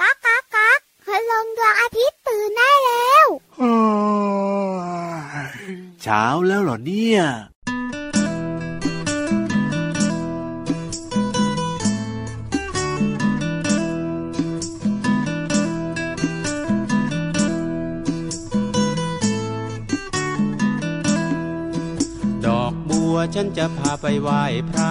ก๊ากก๊ากก๊ากพลงดวงอาทิตย์ตื่นได้แล้ว เช้าแล้วเหรอเนี่ย ดอกบัวฉันจะพาไปไหว้พระ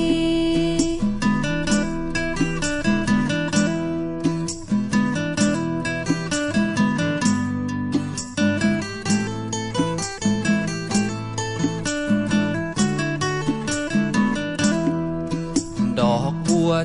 ี ดอกบัว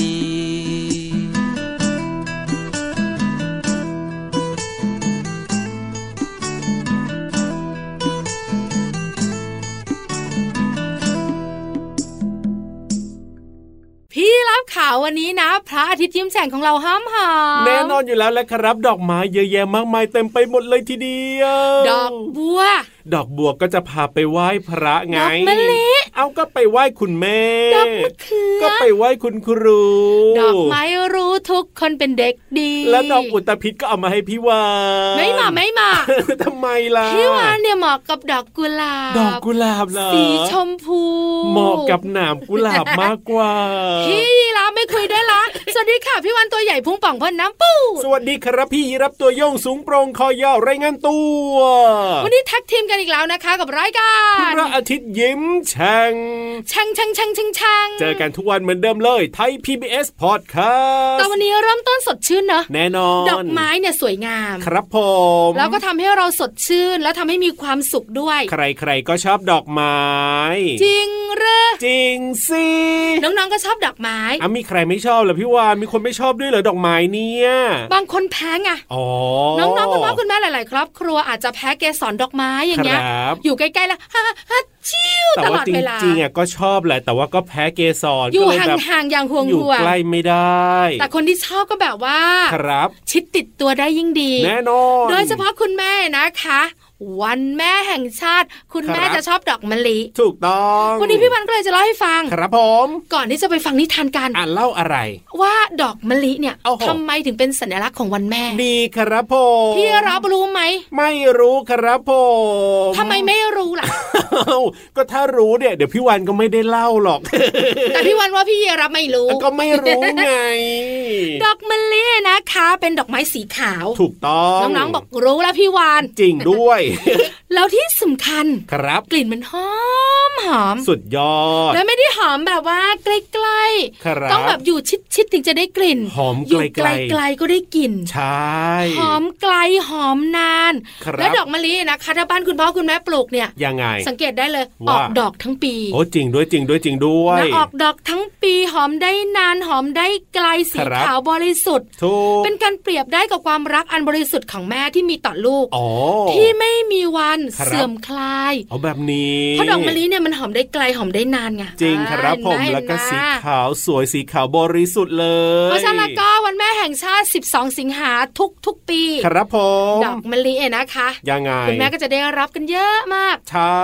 ดี พี่รับข่าววันนี้นะ พระอาทิตย์ยิ้มแฉ่งของเราห้ามหา แน่นอนอยู่แล้วแหละครับ ดอกไม้เยอะแยะมากมายเต็มไปหมดเลยทีเดียว ดอกบัว ดอกบัวก็จะพาไปไหว้พระไง ดอกมะลิ เอาก็ไปไหว้คุณแม่ ดอกมะเขือ ก็ไปไหว้คุณครู ดอกไม้รู้ทุกคนเป็นเด็กดี แล้วดอกอุตภิษก็เอามาให้พี่วาน ไม่มาไม่มา ทำไมล่ะ พี่วานเนี่ยเหมาะกับดอกกุหลาบ ดอกกุหลาบเหรอ สีชมพู เหมาะกับหนามกุหลาบมากกว่า พี่รับไม่คุยได้วยละสวัสดีค่ะพี่วานตัวใหญ่พุงป่องพ่นน้ำปู สวัสดีครับพี่รับตัวโยงสูงโปรงคอยาวไรายงานตัว วันนี้แท็กทีมกันอีกแล้วนะคะ กับรายการ พระอาทิตย์ยิ้มแฉ่ง ชังชังชังชังชัง เจอกันทุกวันเหมือนเดิมเลย ไทย PBS Podcast แต่วันนี้เริ่มต้นสดชื่นเนอะ แน่นอน ดอกไม้เนี่ยสวยงาม ครับผม แล้วก็ทำให้เราสดชื่น แล้วทำให้มีความสุขด้วย ใครๆก็ชอบดอกไม้ จริงเหรือ จริงสิ น้องๆก็ชอบดอกไม้ อ่ะมีใครไม่ชอบเหรอพี่วานมีคนไม่ชอบด้วยเหรอดอกไม้เนี่ย บางคนแพ้ไง อ๋อ น้องๆคุณพ่อคุณแม่หลาย ๆ ครอบครัวอาจจะแพ้เกสรดอกไม้อย่างเงี้ย ครับ อยู่ใกล้ๆแล้วฮ่าฮ่าชิว แต่ ตล ว่า อด จ เวลา ริงๆอ่ะก็ชอบแหละ แต่ว่าก็แพ้เกสร อยู่ ก็เลแบบ ห่างๆอย่างห่วง อยู่ ห่วง ใกล้ไม่ได้ แต่คนที่ชอบก็แบบว่า ครับ ชิดติดตัวได้ยิ่งดี แน่นอน โดยเฉพาะคุณแม่นะคะ วันแม่แห่งชาติ คุณแม่จะชอบดอกมะลิ ถูกต้อง วันนี้พี่วันก็เลยจะเล่าให้ฟัง ครับผม ก่อนที่จะไปฟังนิทานกัน อ่านเล่าอะไร ว่าดอกมะลิเนี่ย โอ้โห ทำไมถึงเป็นสัญลักษณ์ของวันแม่ ดีครับผม พี่รับรู้ไหม ไม่รู้ครับผม ทำไมไม่รู้ ล่ะ เอ้าก็ถ้ารู้เนี่ยเดี๋ยวพี่วันก็ไม่ได้เล่าหรอก แต่พี่วันว่าพี่รับไม่รู้ ก็ไม่รู้ไง ดอกมะลินะคะ เป็นดอกไม้สีขาว ถูกต้อง น้องๆบอกรู้แล้วพี่วาน จริงด้วย แล้วที่สำคัญ ครับ กลิ่นมันหอมหอม สุดยอด แล้วไม่ได้หอมแบบว่าใกล้ ครับ ๆต้องแบบอยู่ชิดๆถึงจะได้กลิ่น หอม อยู่ ไก ไก ล ล ๆ ๆก็ได้กลิ่น ใช่ หอมไกลหอมนาน ครับ แล้วดอกมะลินะคะถ้าบ้านคุณพ่อคุณแม่ปลูกเนี่ย ยังไง สังเกตได้เลยอ ว่า อกดอกทั้งปี โอ้จริงด้วยจริงด้วยจริงด้วย นะออกดอกทั้งปีหอมได้นานหอมได้ไกลสี ครับ ขาวบริสุทธิ์ ถูก เป็นการเปรียบได้กับความรักอันบริสุทธิ์ของแม่ที่มีต่อลูก อ๋อ ที่ไม่มีวัน ครับ เสื่อมคลาย เอาแบบนี้ เพราะดอกมะลิเนี่ยมันหอมได้ไกลหอมได้นานไง จริงครับ อ่า ผม เห็นไห แล้วก็สี เห็นไหม ขาวสวยสีขาวบริสุทธิ์เลย เพราะฉะนั้นแล้วก็วันแม่แห่งชาติ 12 สิงหาทุกทุกๆปี ครับผม ดอกมะลิเนี่ยนะคะ ยังไง คุณแม่ก็จะได้รับกันเยอะมาก ใช่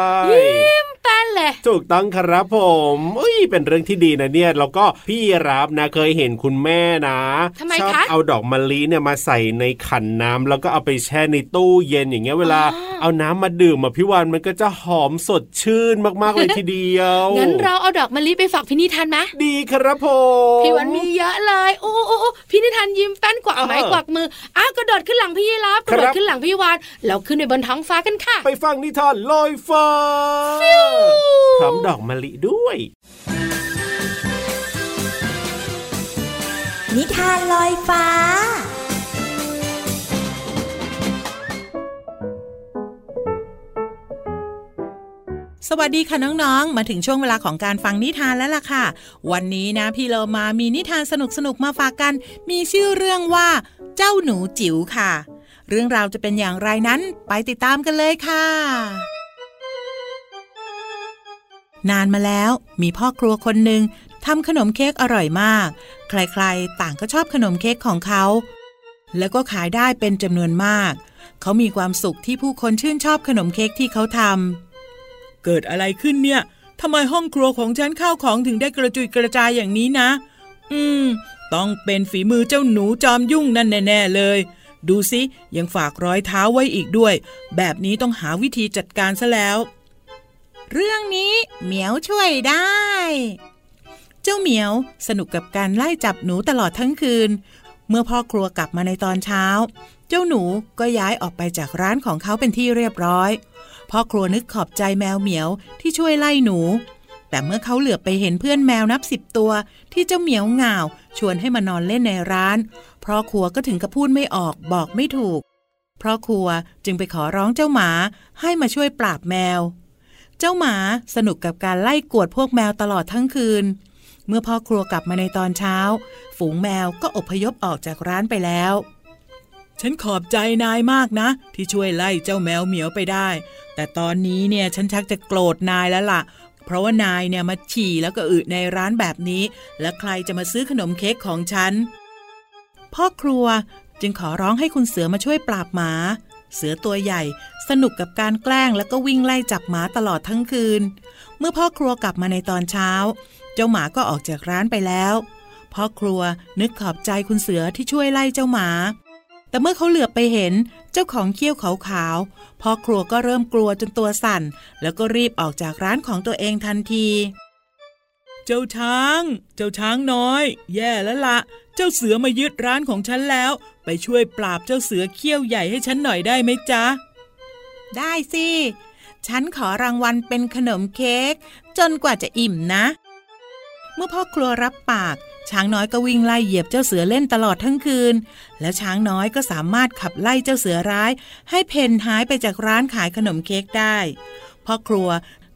แป้นเลย ถูกต้องครับผมอุ้ยเป็นเรื่องที่ดีนะเนี่ยแล้วก็พี่รับนะเคยเห็นคุณแม่นะ ทำไม ชอบ คะ เอาดอกมะลิเนี่ยมาใส่ในขันน้ำแล้วก็เอาไปแช่ในตู้เย็นอย่างเงี้ยเวลา อ๋อ เอาน้ำมาดื่มอ่ะพี่วานมันก็จะหอมสดชื่นมากๆเลยทีเดียว งั้นเราเอาดอกมะลิไปฝากพี่นิทานไหม ดีครับผม พี่วันมีเยอะเลยโอ้โอ้โอ้พี่นิทานยิ้มแป้นกวักไม้กวักมืออ้าวกระโดดขึ้นหลังพี่ยีรับกระโดดขึ้นหลังพี่วานแล้วขึ้นไปบนท้องฟ้ากันค่ะ ไปฟังนิทานลอยฟ้าพร้อมดอกมะลิด้วย นิทานลอยฟ้า สวัสดีค่ะน้องๆ มาถึงช่วงเวลาของการฟังนิทานแล้วล่ะค่ะ วันนี้นะพี่เรามามีนิทานสนุกๆ มาฝากกัน มีชื่อเรื่องว่า เจ้าหนูจิ๋วค่ะ เรื่องราวจะเป็นอย่างไรนั้นไปติดตามกันเลยค่ะ นานมาแล้วมีพ่อครัวคนหนึ่งทำขนมเค้กอร่อยมาก ใครๆ ต่างก็ชอบขนมเค้กของเขา แล้วก็ขายได้เป็นจำนวนมาก เขามีความสุขที่ผู้คนชื่นชอบขนมเค้กที่เขาทำ เกิดอะไรขึ้นเนี่ย ทำไมห้องครัวของฉันข้าวของถึงได้กระจุยกระจายอย่างนี้นะ อืม ต้องเป็นฝีมือเจ้าหนูจอมยุ่งนั่นแน่ ๆ เลย ดูสิ ยังฝากรอยเท้าไว้อีกด้วย แบบนี้ต้องหาวิธีจัดการซะแล้ว เรื่องนี้เหมียวช่วยได้ เจ้าเหมียวสนุกกับการไล่จับหนูตลอดทั้งคืน เมื่อพ่อครัวกลับมาในตอนเช้า เจ้าหนูก็ย้ายออกไปจากร้านของเขาเป็นที่เรียบร้อย พ่อครัวนึกขอบใจแมวเหมียวที่ช่วยไล่หนู แต่เมื่อเขาเหลือบไปเห็นเพื่อนแมวนับสิบตัว ที่เจ้าเหมียวเหงาชวนให้มานอนเล่นในร้านพ่อครัวก็ถึงกับพูดไม่ออกบอกไม่ถูกพ่อครัวจึงไปขอร้องเจ้าหมาให้มาช่วยปราบแมว เจ้าหมาสนุกกับการไล่กวดพวกแมวตลอดทั้งคืน เมื่อพ่อครัวกลับมาในตอนเช้า ฝูงแมวก็อพยพออกจากร้านไปแล้ว ฉันขอบใจนายมากนะ ที่ช่วยไล่เจ้าแมวเหมียวไปได้ แต่ตอนนี้เนี่ยฉันชักจะโกรธนายแล้วล่ะ เพราะว่านายเนี่ยมาฉี่แล้วก็อึในร้านแบบนี้ และใครจะมาซื้อขนมเค้กของฉัน พ่อครัวจึงขอร้องให้คุณเสือมาช่วยปราบหมา เสือตัวใหญ่ สนุกกับการแกล้งแล้วก็วิ่งไล่จับหมาตลอดทั้งคืน เมื่อพ่อครัวกลับมาในตอนเช้า เจ้าหมาก็ออกจากร้านไปแล้วพ่อครัวนึกขอบใจคุณเสือที่ช่วยไล่เจ้าหมา แต่เมื่อเขาเหลือบไปเห็นเจ้าของเขี้ยวขาวๆพ่อครัวก็เริ่มกลัวจนตัวสั่น แล้วก็รีบออกจากร้านของตัวเองทันที เจ้าช้าง เจ้าช้างน้อย แย่แล้วละเจ้าเสือมายึดร้านของฉันแล้ว ไปช่วยปราบเจ้าเสือเขี้ยวใหญ่ให้ฉันหน่อยได้ไหมจ๊ะ ได้สิ ฉันขอรางวัลเป็นขนมเค้กจนกว่าจะอิ่มนะ เมื่อพ่อครัวรับปาก ช้างน้อยก็วิ่งไล่เหยียบเจ้าเสือเล่นตลอดทั้งคืน แล้วช้างน้อยก็สามารถขับไล่เจ้าเสือร้าย ให้เพนหายไปจากร้านขายขนมเค้กได้พ่อครัว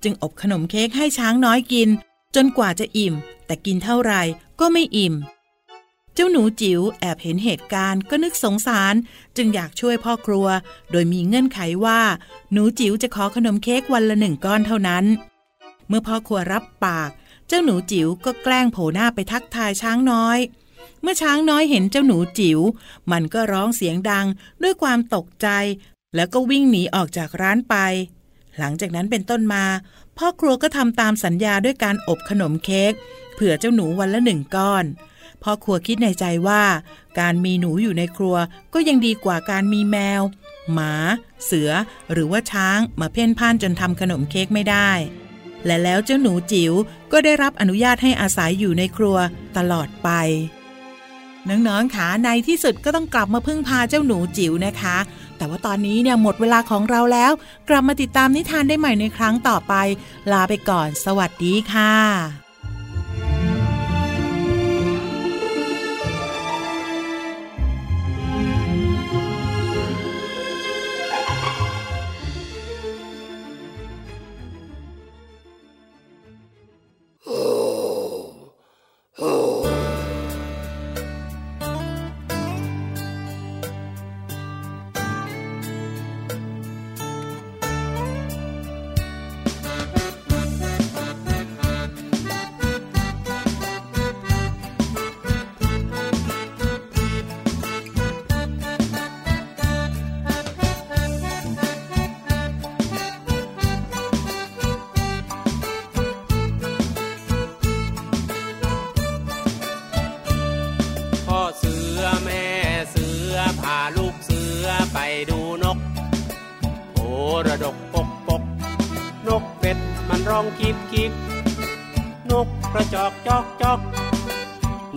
จึงอบขนมเค้กให้ช้างน้อยกิน จนกว่าจะอิ่ม แต่กินเท่าไหร่ก็ไม่อิ่ม เจ้าหนูจิ๋วแอบเห็นเหตุการณ์ก็นึกสงสาร จึงอยากช่วยพ่อครัว โดยมีเงื่อนไขว่า หนูจิ๋วจะขอขนมเค้กวันละหนึ่งก้อนเท่านั้น เมื่อพ่อครัวรับปาก เจ้าหนูจิ๋วก็แกล้งโผล่หน้าไปทักทายช้างน้อย เมื่อช้างน้อยเห็นเจ้าหนูจิ๋วมันก็ร้องเสียงดังด้วยความตกใจ แล้วก็วิ่งหนีออกจากร้านไป หลังจากนั้นเป็นต้นมา พ่อครัวก็ทำตามสัญญาด้วยการอบขนมเค้กเผื่อเจ้าหนูวันละหนึ่งก้อน พ่อครัวคิดในใจว่า การมีหนูอยู่ในครัวก็ยังดีกว่าการมีแมว หมา เสือ หรือว่าช้างมาเพ่นพ่านจนทำขนมเค้กไม่ได้ และแล้วเจ้าหนูจิ๋วก็ได้รับอนุญาตให้อาศัยอยู่ในครัวตลอดไป น้องๆคะในที่สุดก็ต้องกลับมาพึ่งพาเจ้าหนูจิ๋วนะคะ แต่ว่าตอนนี้เนี่ยหมดเวลาของเราแล้ว กลับมาติดตามนิทานได้ใหม่ในครั้งต่อไป ลาไปก่อน สวัสดีค่ะ พ่อเสือแม่เสือพาลูกเสือไปดูนกโอระดกปกปก นกเป็ดมันร้องกิบกิบนกกระจอกจอกจอก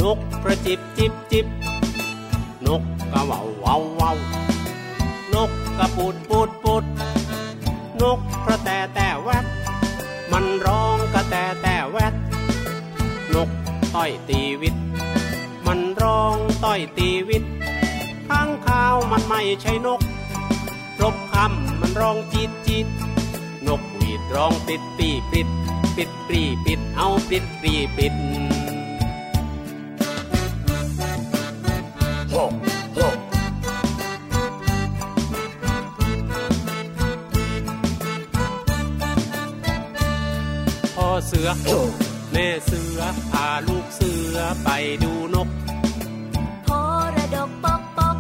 นกกระจิบจิบจิบนกกระเหว่าเหว่าเหว่านกกระปูดปูดปูดนกกระแตแต่แวดมันร้องกระแตแต่แวดนกต้อยตีวิต มันร้อง ต้อยตีวิตข้างข้าวมันไม่ใช่นก รบคำมันร้องจิตจิต นกหวีดร้องปิดปีปิด ปิดปรีปิดเอาปิดปรีปิด พ่อเสือ แม่เสือพาลูกเสือไปดูนก โพระดกปกปก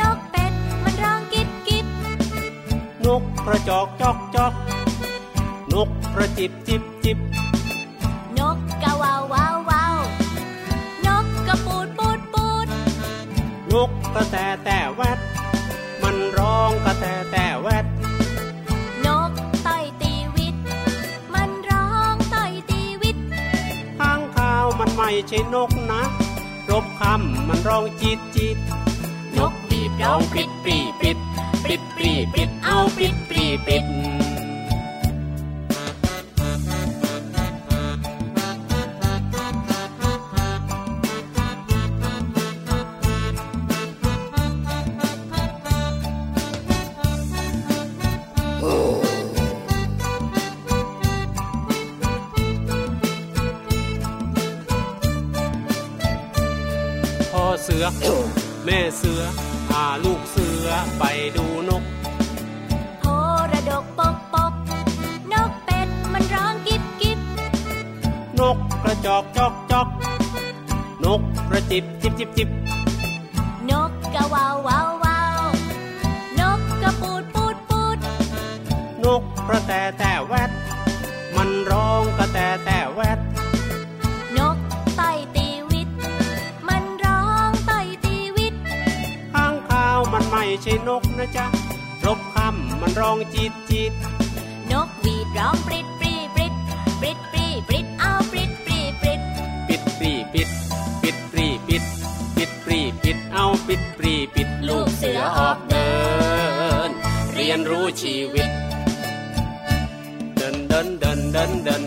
นกเป็ดมันร้องกิ๊บกิ๊บ นกกระจอกจอกจอก นกกระจิบจิบจิบ นกกะวาววาววาว นกกระปูดปูดปูด นกกระแตแต่แวด มันร้องกระแตแต่แวด นกต่อยตีวิต มันร้องต่อยตีวิต ข้างข้าวมันไม่ใช่นกนะ รบคำมันร้องจิตจิต นกปีบร้องปิดปีปิด ปิดปีปิดเอาปิดปีปิด พ่อเสือ แม่เสือพาลูกเสือไปดูนก โพระดกปกปก นกเป็ดมันร้องกิ๊บกิ๊บ นกกระจอกจอกจอก นกกระจิบจิบจิบจิบ นกกะวาววาววาว นกกระปูดปูดปูด นกกระแตแต่แวด มันร้องกระแตแต่แวด นกต่อยตีวิต มันร้องต่อยตีวิต ข้างข้าวมันไม่ใช่นกนะจ๊ะ รบคำมันร้องจิตจิต นกหวีดร้องปริดปรีปริดปริดปรีปริดเอาปริดปรีปริด ปิดปรีปิด ปิดปรีปิด ปิดปรีปิดเอาปิดปรีปิดลูกเสือออกเดิน เรียนรู้ชีวิต เดินเดินเดินเดินเดิน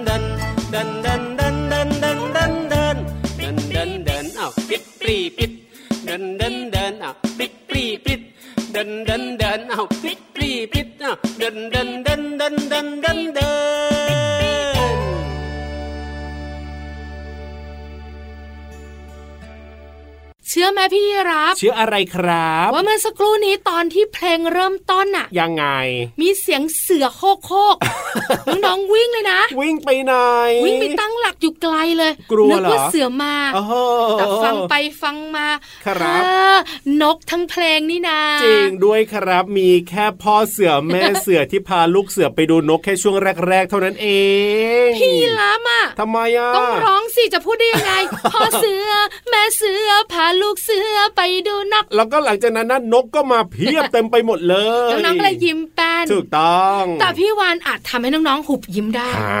นดันดันดันดันดันดันดันดันอ้าวปิดปรีปิดดันดันดันอ้าวปิดปรีปิดดันดันดันอ้าวปิดปรีปิดอ้าวดันดันดันดันดันดันดัน เชื่อไหมพี่ยีรับ เชื่ออะไรครับ ว่าเมื่อสักครู่นี้ตอนที่เพลงเริ่มต้นน่ะ ยังไง มีเสียงเสือโคกโคก น้องๆวิ่งเลยนะ วิ่งไปไหน วิ่งไปตั้งหลักอยู่ไกลเลย กลัว นึกว่า เหรอ เสือมา โอ้โห แต่ฟังไปฟังมา ครับ เออนกทั้งเพลงนี่นา จริงด้วยครับมีแค่พ่อเสือแม่เสือที่พาลูกเสือไปดูนกแค่ช่วงแรก ๆ เท่านั้นเอง พี่ล้ามอ่ะ ทำไมอ่ะ ต้องร้องสิจะพูดได้ ยังไง พ่อเสือ แม่เสือ พาลูกเสือไปดูนก แล้วก็หลังจากนั้นนะนกก็มาเพียบเต็มไปหมดเลย น้องๆก็เลยยิ้มแป้น ถูกต้อง แต่พี่วานอาจทำให้น้องๆหุบยิ้มได้ หา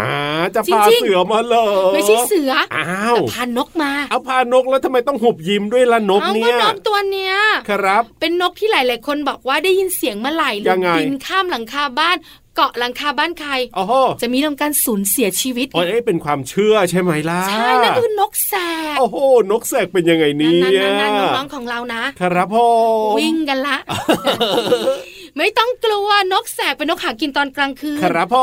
จะพา จริงๆ เสือมาเหรอ ไม่ใช่เสือ อ้า แต่ ว พานกมา เอาพานกแล้วทำไมต้องหุบยิ้มด้วยล่ะนก เอา เนี่ ว่าย น้องตัวเนี้ย ครับ เป็นนกที่หลาย ๆ คนบอกว่าได้ยินเสียงเมื่อไหร่หรื ยั อง ไง บินข้ามหลังคาบ้าน เกาะหลังคาบ้านใคร โอ้โห จะมีเรื่องการสูญเสียชีวิต โอ้ยเอ้ยเป็นความเชื่อใช่ไหมล่ะ ใช่นั่นคือนกแสก โอ้โหนกแสกเป็นยังไง นั่น เนี่ย นั่นนั่นน้องๆของเรานะ ครับพ่อ วิ่งกัน ละ ไม่ต้องกลัวนกแสกเป็นนกหากินตอนกลางคืน ครับผ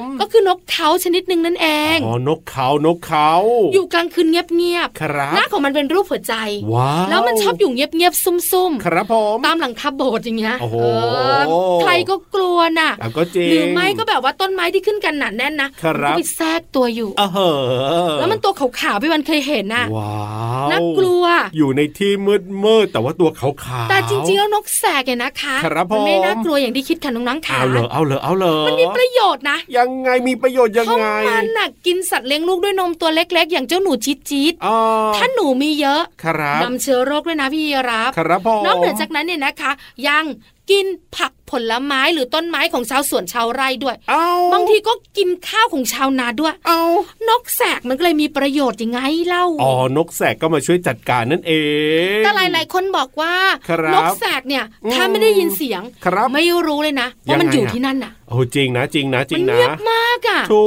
ม ก็คือนกเขาชนิดหนึ่งนั่นเอง อ๋อนกเขานกเขา อยู่กลางคืนเงียบ ค ๆ รั หน้า บ ของมันเป็นรูปหัวใจ ว้าว แล้วมันชอบอยู่เงียบๆซุ่ม ครับผม ๆตามหลังคาโบสถ์อย่างเงี้ย โอ้โห เออใครก็กลัวน่ะ อ่ะก็จริง หรือไม่ก็แบบว่าต้นไม้ที่ขึ้นกันหนาแน่นนะครับ มันก็ไปแทรกตัวอยู่ อ่ะเหอะ แล้วมันตัวขาวๆพี่วันเคยเห็นน่ะ ว้าว น่ากลัว อยู่ในที่มืดมืดๆแต่ว่าตัวขาวๆ แต่จริงๆแล้วนกแสกเนี่ยนะคะ ครับผม มันไม่น่า น่ากลัวอย่างที่คิดค่ะน้องๆค่ะ เอาเหรอเอาเหรอเอาเหรอ มันมีประโยชน์นะ ยังไงมีประโยชน์ยัง เพราะ ไง มันน่ะกินสัตว์เลี้ยงลูกด้วยนมตัวเล็ก ๆ อย่างเจ้าหนูจี๊ดจี๊ด อ๋อ ถ้าหนูมีเยอะ ครับ นำเชื้อโรคด้วยนะพี่รับ ครับผม นอกเหนือจากนั้นเนี่ยนะคะ ยังกินผักผลไม้หรือต้นไม้ของชาวสวนชาวไร่ด้วย เอา บางทีก็กินข้าวของชาวนาด้วย เอา นกแสกมันก็เลยมีประโยชน์ยังไงเล่า อ๋อนกแสกก็มาช่วยจัดการนั่นเอง แต่หลายๆ คนบอกว่า ครับ นกแสกเนี่ย อืม ถ้าไม่ได้ยินเสียง ครับ ไม่รู้เลยนะว่ามัน ยังไง อยู่ อะ ที่นั่นน่ะ โอ้จริงนะจริงนะจริ มั งนะ เงียบมากอ่ะ ถู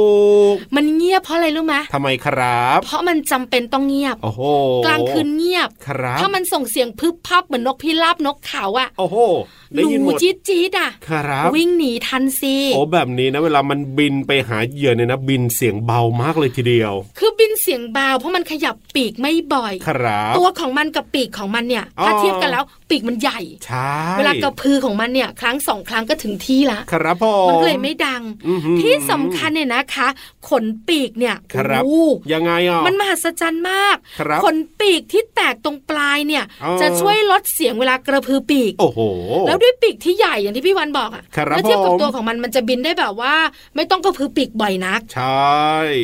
ก มันเงียบเพราะอะไรรู้ไหม ทำไมครับ เพราะมันจำเป็นต้องเงียบ โอ้โห กลางคืนเงียบ ครับ ถ้ามันส่งเสียงพึบพับเหมือนนกพิราบนกเขาอ่ะ โอ้โห ห ได้ นู ยินหมด จี๊ดจี๊ดอ่ะ ครับ วิ่งหนีทันสิ โอ้แบบนี้นะเวลามันบินไปหาเหยื่อเนี่ยนะบินเสียงเบามากเลยทีเดียว คือบินเสียงเบาเพราะมันขยับปีกไม่บ่อย ครับ ตัวของมันกับปีกของมันเนี่ย อ๋อ ถ้าเทียบกันแล้วปีกมันใหญ่ ใช่ เวลากระพือของมันเนี่ยครั้งสองครั้งก็ถึงที่ละ ครับพ่อ มันก็เลยไม่ดัง อื้อหือ ที่สำคัญเนี่ยนะคะ ขนปีกเนี่ย ครับ โอ้โห ยังไงอ่ะ มันมหัศจรรย์มาก ครับ ขนปีกที่แตกตรงปลายเนี่ย อ๋อ จะช่วยลดเสียงเวลากระพือปีก โอ้โห แล้วด้วยปีกที่ใหญ่อย่างที่พี่วันบอกอะ ครับ แล้วเทียบผกับม ตัวของมันมันจะบินได้แบบว่า ไม่ต้องกระพือปีกบ่อยนัก ใช่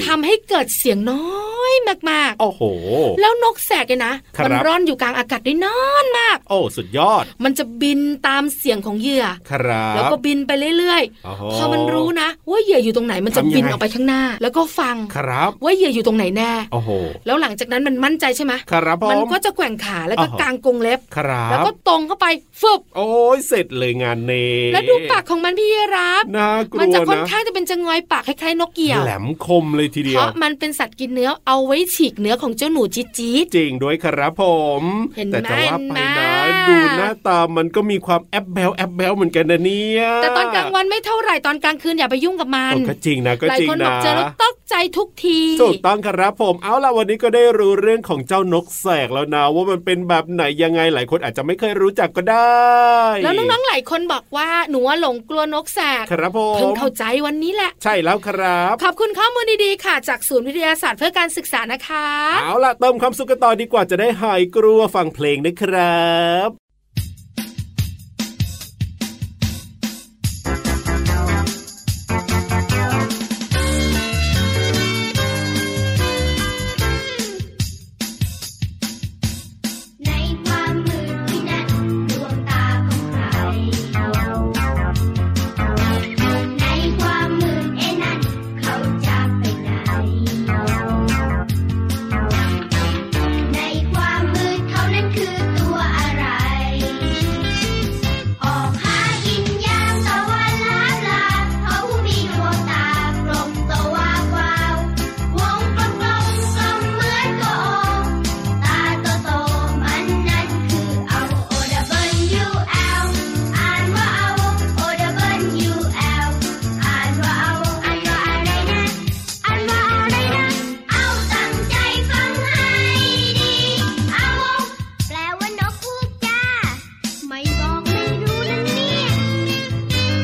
ทำให้เกิดเสียงน้อยมาก โอ้โห ๆ แล้วนกแสกเนี่ยนะ ครับ มัร่อนอยู่กลางอากาศได้นานมาก โอ้สุดยอด มันจะบินตามเสียงของเหยื่อ ครับ แล้วก็บินไปเรื่อย โโห ๆ พอมันรู้นะ ว่าเหยื่ออยู่ตรงไหนมันจะ ทำยังไง บินออกไปข้างหน้า แล้วก็ฟัง ครับ ว่าเหยื่ออยู่ตรงไหนแน่ โอ้โห แล้วหลังจากนั้นมันมั่นใจใช่ไหม ครับผม มันก็จะแกว่งขาแล้วก็ อ่าฮะ กางกรงเล็บ ครับ แล้วก็ตรงเข้าไปฟึบ โอ้ยเสร็จเลยงานเน แล้วดูปากของมันพี่รับ น่ากลัวนะ มันจะค่อนข้างจะเป็นจะงอยปากคล้ายๆนกเหยี่ยว แหลมคมเลยทีเดี เพ ยว ราะมันเป็นสัตว์กินเนื้อเอาไว้ฉีกเนื้อของเจ้าหนูจี๊ดจี๊ด จริงด้วยครับผม เห็นไหม แต่จะว่าไป เห็ นะ นไหม ดูหน้าตามันก็มีความแอบแบลแอบแบลเหมือนกันนะเนี่ย แต่ตอนกลางวันไม่เท่าไหร่ตอนกลางคืนอย่าไปยุ่งกับมั เอน อก็จริงนะก็ หลาย จริง คนบอ นะ กเจอแล้วตกใจทุกที ถูกต้องครับผม เอาล่ะวันนี้ก็ได้รู้เรื่องของเจ้านกแสกแล้วนะ ว่ามันเป็นแบบไหนยังไงหลายคนอาจจะไม่เคยรู้จักก็ได้ แล้วน้องๆหลายคนบอกว่าหนูว่าหลงกลัวนกแสก ครับผม เพิ่งเข้าใจวันนี้แหละ ใช่แล้วครับ ขอบคุณข้อมูลดีๆ ค่ะ จากศูนย์วิทยาศาสตร์เพื่อการศึกษานะคะ เอาล่ะเติมความสุขกันต่อดีกว่าจะได้หายกลัวฟังเพลงนะครับ ในความมืดที่นั่นดวงตาของใคร ในความมืดไอ้นั่นเขาจะไปไหน ในความมืดเขานั้นคือตัวอะไร ออกหากินยามตะวันลาบลาเขาผู้มีดวงตากลมตะวาววาว วงกลมกลมกลมเหมือนกบ ตาโตๆมันนั้นคือเอา O W L อ่านว่าเอา O W L อ่านว่าเอาอ่านว่าอะไรนะอ่านว่าอะไรนะเอาตั้งใจฟังให้ดี เอาแปลว่านกฮูกจ้า ไม่บอกไม่รู้นะเนี่ย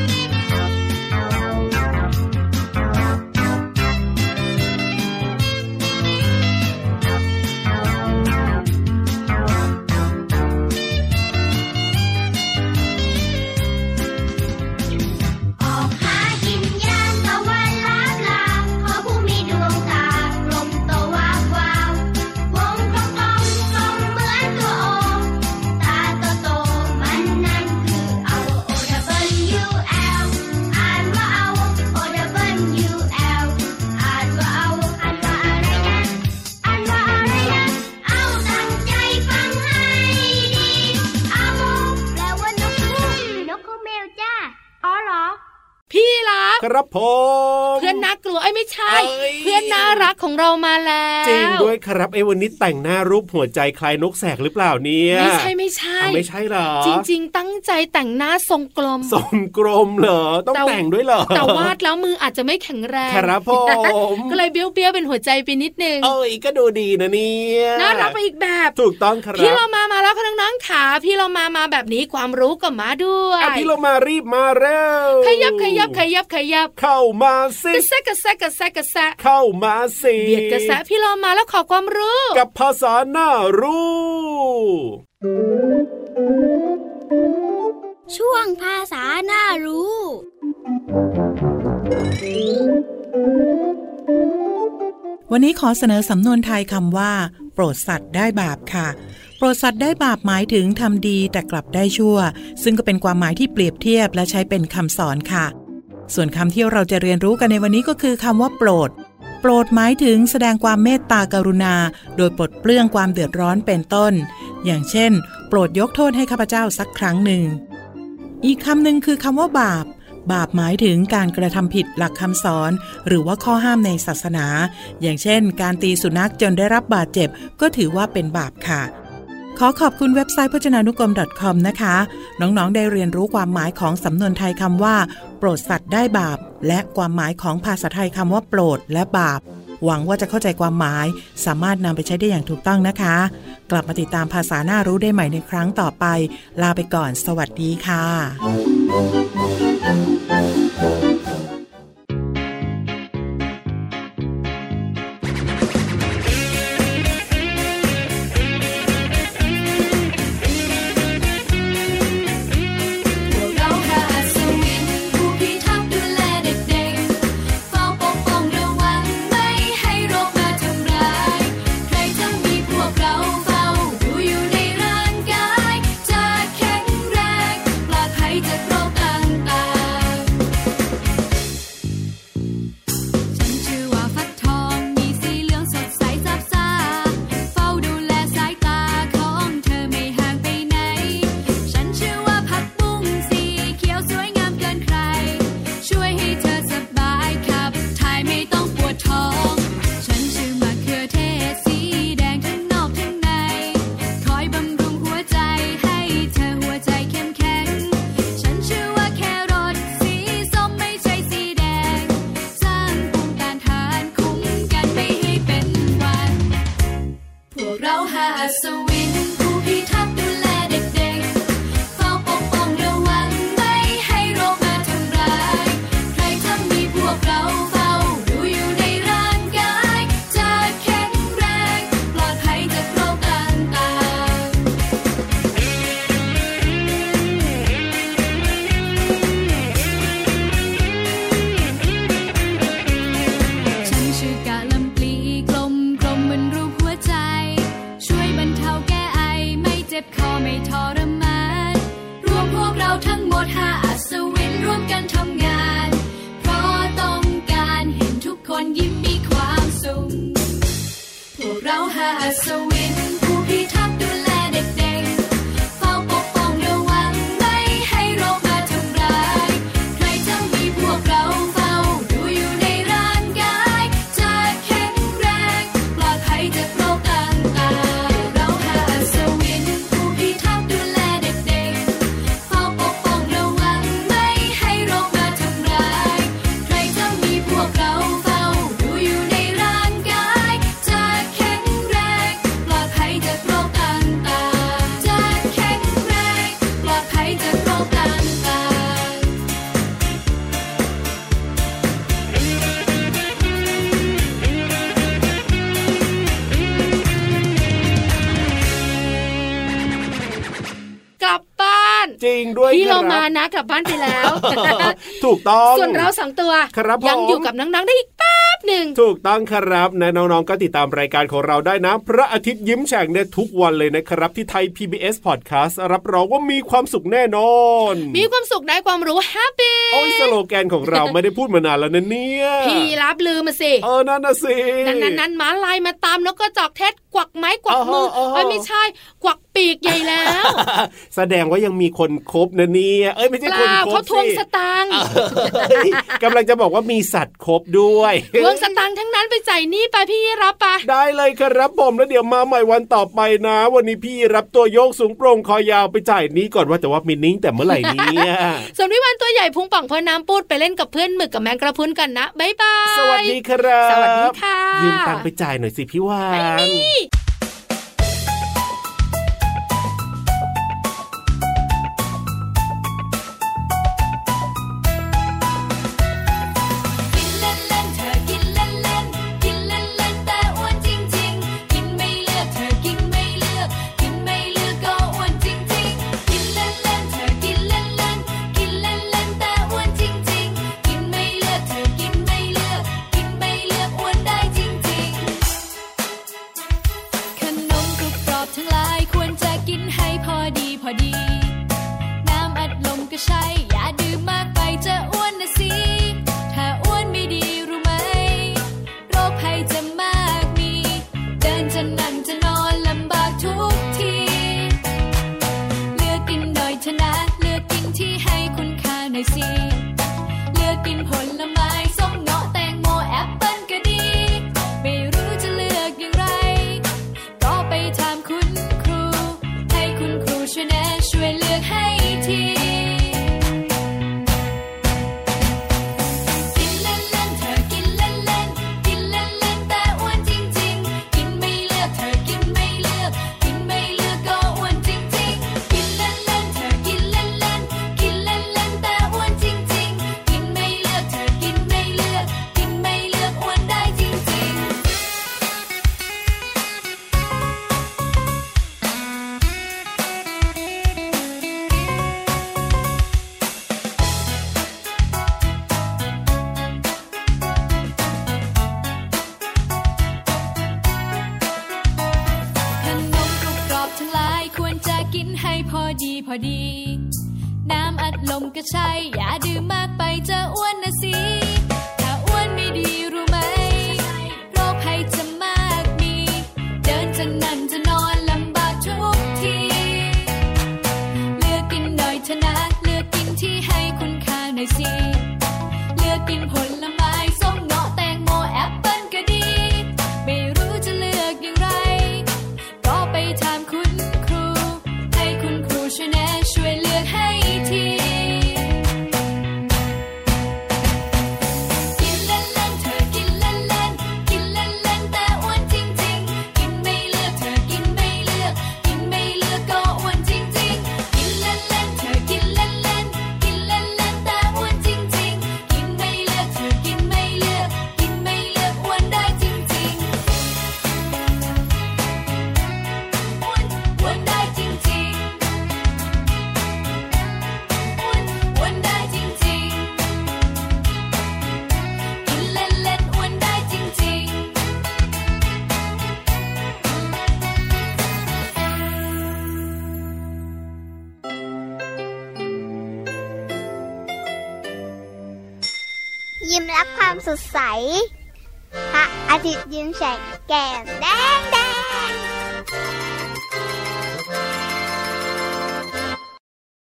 ออกหากินยามตะวันลาบลาขอผู้มีดวงตากลมตะวาววาว วงกลมกลมกลมเหมือนตัวโอตาโตโตมันนั้นคือเอา O W L อ่านว่าเอา O W L อ่านว่าเอาอ่านว่าอะไรนะอ่านว่าอะไรนะเอาตั้งใจฟังให้ดีเอาแปลว่านกฮูกนกฮูกแมวจ้าอ๋อเหรอ พี่รับ ครับผม เพื่อนน่ากลัวไอ้ยไม่ใช่ เอ้ย เพื่อนน่ารักของเรามาแล้ว จริงด้วยครับไอ้วันนี้แต่งหน้ารูปหัวใจคลายนกแสกหรือเปล่าเนี่ย ไม่ใช่ไม่ใช่ อ่ะไม่ใช่เหรอ จริง ๆ ตั้งใจแต่งหน้าทรงกลม สมกรมเหรอ ต้อง แต่ แต่งด้วยเหรอ แต่วาดแล้วมืออาจจะไม่แข็งแรง ครับผม ก็เลยเบี้ยวเบี้ยวๆเป็นหัวใจไปนิดนึง เอ้ยก็ดูดีนะเนี่ย น่ารักไปอีกแบบ ถูกต้องครับ พี่เรามามาแล้วค่ะน้องๆขาพี่เรามามาแบบนี้ความรู้ก็มาด้วย อ่ะพี่เรามารีบมาเร็ว ขยับขยับขยับขยับ เข้ามาสิ กระแซะกระแซะกระแซะกระแซะ เข้ามาสิ เบียดกระแซะพี่เรามาแล้วขอความรู้ กับภาษาหน้ารู้ ช่วงภาษาหน้ารู้ วันนี้ขอเสนอสำนวนไทยคำว่า โปรดสัตว์ได้บาปค่ะ โปรดสัตว์ได้บาปหมายถึงทำดีแต่กลับได้ชั่ว ซึ่งก็เป็นความหมายที่เปรียบเทียบและใช้เป็นคำสอนค่ะ ส่วนคำที่เราจะเรียนรู้กันในวันนี้ก็คือคำว่าโปรด โปรดหมายถึงแสดงความเมตตากรุณา โดยปลดเปลื้องความเดือดร้อนเป็นต้น อย่างเช่น โปรดยกโทษให้ข้าพเจ้าสักครั้งหนึ่ง อีกคำหนึ่งคือคำว่าบาป บาปหมายถึงการกระทำผิดหลักคำสอน หรือว่าข้อห้ามในศาสนา อย่างเช่น การตีสุนัขจนได้รับบาดเจ็บ ก็ถือว่าเป็นบาปค่ะ ขอขอบคุณเว็บไซต์พจนานุกรม .com นะคะ น้องๆ ได้เรียนรู้ความหมายของสำนวนไทยคำว่า โปรดสัตว์ได้บาป และความหมายของภาษาไทยคำว่าโปรดและบาป หวังว่าจะเข้าใจความหมาย สามารถนำไปใช้ได้อย่างถูกต้องนะคะ กลับมาติดตามภาษาหน้ารู้ได้ใหม่ในครั้งต่อไป ลาไปก่อน สวัสดีค่ะ พวกเราราศวินผู้พิทักษ์ดูแลเด็กๆเฝ้าปกป้องระวังไม่ให้โรคมาทำร้าย ใครจะมีพวกเราเฝ้าดูอยู่ในร่างกาย จะแข็งแรงปลอดภัยจากโรคต่างๆ ฉันชื่อว่าฟักทอง มีสีเหลืองสดใสซับซ่า เฝ้าดูแลสายตาของเธอไม่ห่างไปไหน ฉันชื่อว่าผักบุ้งสีเขียวสวยงามเกินใคร ช่วยให้เธอสบายขับถ่ายไม่ต้องปวดท้อง ฉันชื่อมะเขือเทศสีแดงทั้งนอกทั้งใน คอยบำรุงหัวใจให้เธอหัวใจเข้มแข็ง ฉันชื่อว่าแครอทสีส้มไม่ใช่สีแดง สร้างภูมิต้านทานคุ้มกันไม่ให้เป็นหวัด พวกเราหาอัศวินผู้พิทักษ์ดูแลเด็กๆเฝ้าปกป้องระวังไม่ให้โรคมาทำร้าย ใครทำมีพวกเราเฝ้าดูอยู่ในร่างกาย จะแข็งแรงปลอดภัยจากโรคต่างๆ ฉันชื่อกะลำปลีกลมกลมเหมือนรูปหัวใจ ช่วยบรรเทาแก้ไอไม่เจ็บคอไม่ทรมานรวมพวกเราทั้งหมดห้าอัศวินร่วมกันทำงาน เพราะต้องการเห็นทุกคนยิ้มมีความสุข พวกเราหาอัศวินผู้พิทักษ์ดูแลเด็กๆเฝ้าปกป้องระวังไม่ให้โรคมาทำร้าย ใครจะมีพวกเราเฝ้าดูอยู่ในร่างกาย จะแข็งแรงปลอดภัยจากโรคต่างๆ เราหาอัศวินผู้พิทักษ์ดูแลเด็กๆเฝ้าปกป้องระวังไม่ให้โรคมาทำร้าย ใครจะมีพวกเราเฝ้าดูอยู่ในร่างกาย จะแข็งแรงปลอดภัยจากโรคต่างๆ จะแข็งแรงปลอดภัยจากโรคต่างๆ กลับบ้าน จริงด้วย พี่ ค เรา บ มานะกลับบ้านไปแล้ว ถูกต้อง ส่วนเราสองตัว ครับผม ยังอยู่กับน้องๆได้อีกแป๊บหนึ่ง ถูกต้องครับนะน้องๆก็ติดตามรายการของเราได้นะ พระอาทิตย์ยิ้มแฉ่งเนี่ยทุกวันเลยนะครับ ที่ไทย PBS Podcast รับรองว่ามีความสุขแน่นอน มีความสุขได้ความรู้แฮปปี้ โอ้ยสโลแกนของ เราไม่ได้พูดมานานแล้วนะเนี่ย พี่รับลืมมาสิ เออนั่นนะสิ นั้นนั้นนั้นม้าลายมาตามนกกระจอกเทศกวักไม้กวักมืออฮะออ๋อฮะ เอ้ยไม่ใช่ กวักปีกใหญ่แล้ว แสดงว่ายังมีคนคบนะเนี่ยเอ้ยไม่ เป ใช่คน ล่า คบ เขาทวงสตางค์ เฮ้ยกำลังจะบอกว่ามีสัตว์คบด้วย ทวงสตางค์ทั้งนั้นไปจ่ายหนี้ไปพี่รับไปะ ได้เลยครับผมแล้วเดี๋ยวมาใหม่วันต่อไปนะ วันนี้พี่รับตัวโยกสูงโปร่งคอยาวไปจ่ายนี้ก่อนว่าแต่ว่ามินนิ้งแต่เมื่อไหร่เนี้ ส่วนพี่วันตัวใหญ่พุงป่องพอน้ำปูดไปเล่นกับเพื่อนหมึกกับแมงกระพรุนกันนะบ๊ายบาย สวัสดีครับ สวัสดีค่ะ ยืมตังค์ไปจ่ายหน่อยสิพี่วาน กินเล่นเล่นเธอกินเล่นเล่นกินเล่นเล่นแต่อ้วนจริงจริงกินไม่เลือกเธอกินไม่เลือก กินไม่เลือกก็อ้วนจริงจริงกินเล่นเล่นเธอกินเล่นเล่น ใช่ อย่าดื่มมากไปจะอ้วนนะสิ ถ้าอ้วนไม่ดีรู้ไหม โรคภัยจะมากมี เดินจะนั่งจะนอนลำบากทุกที เลือกกินหน่อยเถอะนะ เลือกกินที่ให้คุณค่าหน่อยสิ เลือกกินผลไม้ส้มเงาะแตงโมแอปเปิ้ลก็ดี ไม่รู้จะเลือกอย่างไร ก็ไปถามคุณครู ให้คุณครูช่วยแนะช่วยเลือกให้ที กินเล่นๆเธอกินเล่นๆกินเล่นๆแต่อ้วนจริงๆ กินไม่เลือกเธอกินไม่เลือก กินไม่เลือกก็อ้วนจริงๆ กินเล่นๆเธอกินเล่นๆกินเล่นๆแต่อ้วนจริงๆ กินไม่เลือกเธอกินไม่เลือก กินไม่เลือกอ้วนได้จริงๆ ขนมกรุบกรอบทั้งหลายควรจะกินให้พอดีพอดี น้ำอัดลมก็ใช่ อย่าดื่มมากไปจะอ้วนนะสิ ถ้าอ้วนไม่ดีรู้ไหม โรคภัยจะมากมี เดินจะนั่งจะนอนลำบากทุกที เลือกกินหน่อยเถอะนะ เลือกกินที่ให้คุณค่าหน่อยสิ เลือกกินผลไม้ส้มเงาะแตงโมแอปเปิ้ลก็ดี ไม่รู้จะเลือกอย่างไร ก็ไปถามคุณครู ให้คุณครูช่วยแนะช่วยเลือกให้ที กินเล่นๆเธอกินเล่นๆกินเล่นๆแต่อ้วนจริงๆ กินไม่เลือกเธอกินไม่เลือก กินไม่เลือกก็อ้วนจริงๆ กินเล่นๆเธอกินเล่นๆกินเล่นๆแต่อ้วนจริงๆ กินไม่เลือกเธอกินไม่เลือก กินไม่เลือกอ้วนได้จริงๆ อ้วนอ้วนได้จริงๆอ้วนอ้วนได้จริงๆ กินเล่นเล่นอ้วนได้จริงๆ ยิ้มรับความสดใส พระอาทิตย์ยิ้มแฉกแก้มแดงแด